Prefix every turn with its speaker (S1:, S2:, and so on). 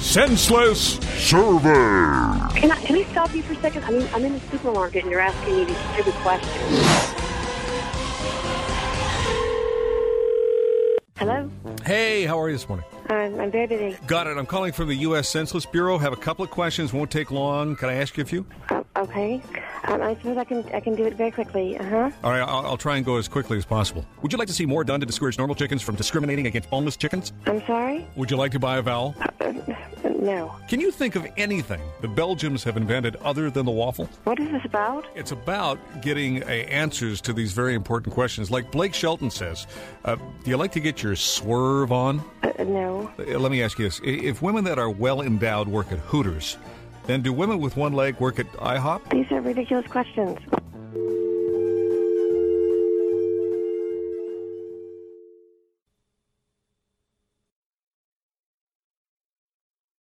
S1: senseless survey.
S2: Can I, can I stop you for a second? I mean, I'm in the supermarket and you're asking me these stupid questions. Hello?
S3: Hey, how are you this morning?
S2: Um, I'm, I'm very busy.
S3: Got it. I'm calling from the U.S. Census Bureau. Have a couple of questions. Won't take long. Can I ask you a few?
S2: Um, okay. Um, I suppose I can I can do it very quickly. Uh huh.
S3: All right, I'll, I'll try and go as quickly as possible. Would you like to see more done to discourage normal chickens from discriminating against boneless chickens?
S2: I'm sorry?
S3: Would you like to buy a vowel?
S2: Uh, No.
S3: Can you think of anything the Belgians have invented other than the waffle?
S2: What is this about?
S3: It's about getting uh, answers to these very important questions. Like Blake Shelton says, uh, do you like to get your swerve on?
S2: Uh, no.
S3: Uh, Let me ask you this. I- If women that are well endowed work at Hooters, then do women with one leg work at IHOP?
S2: These are ridiculous questions.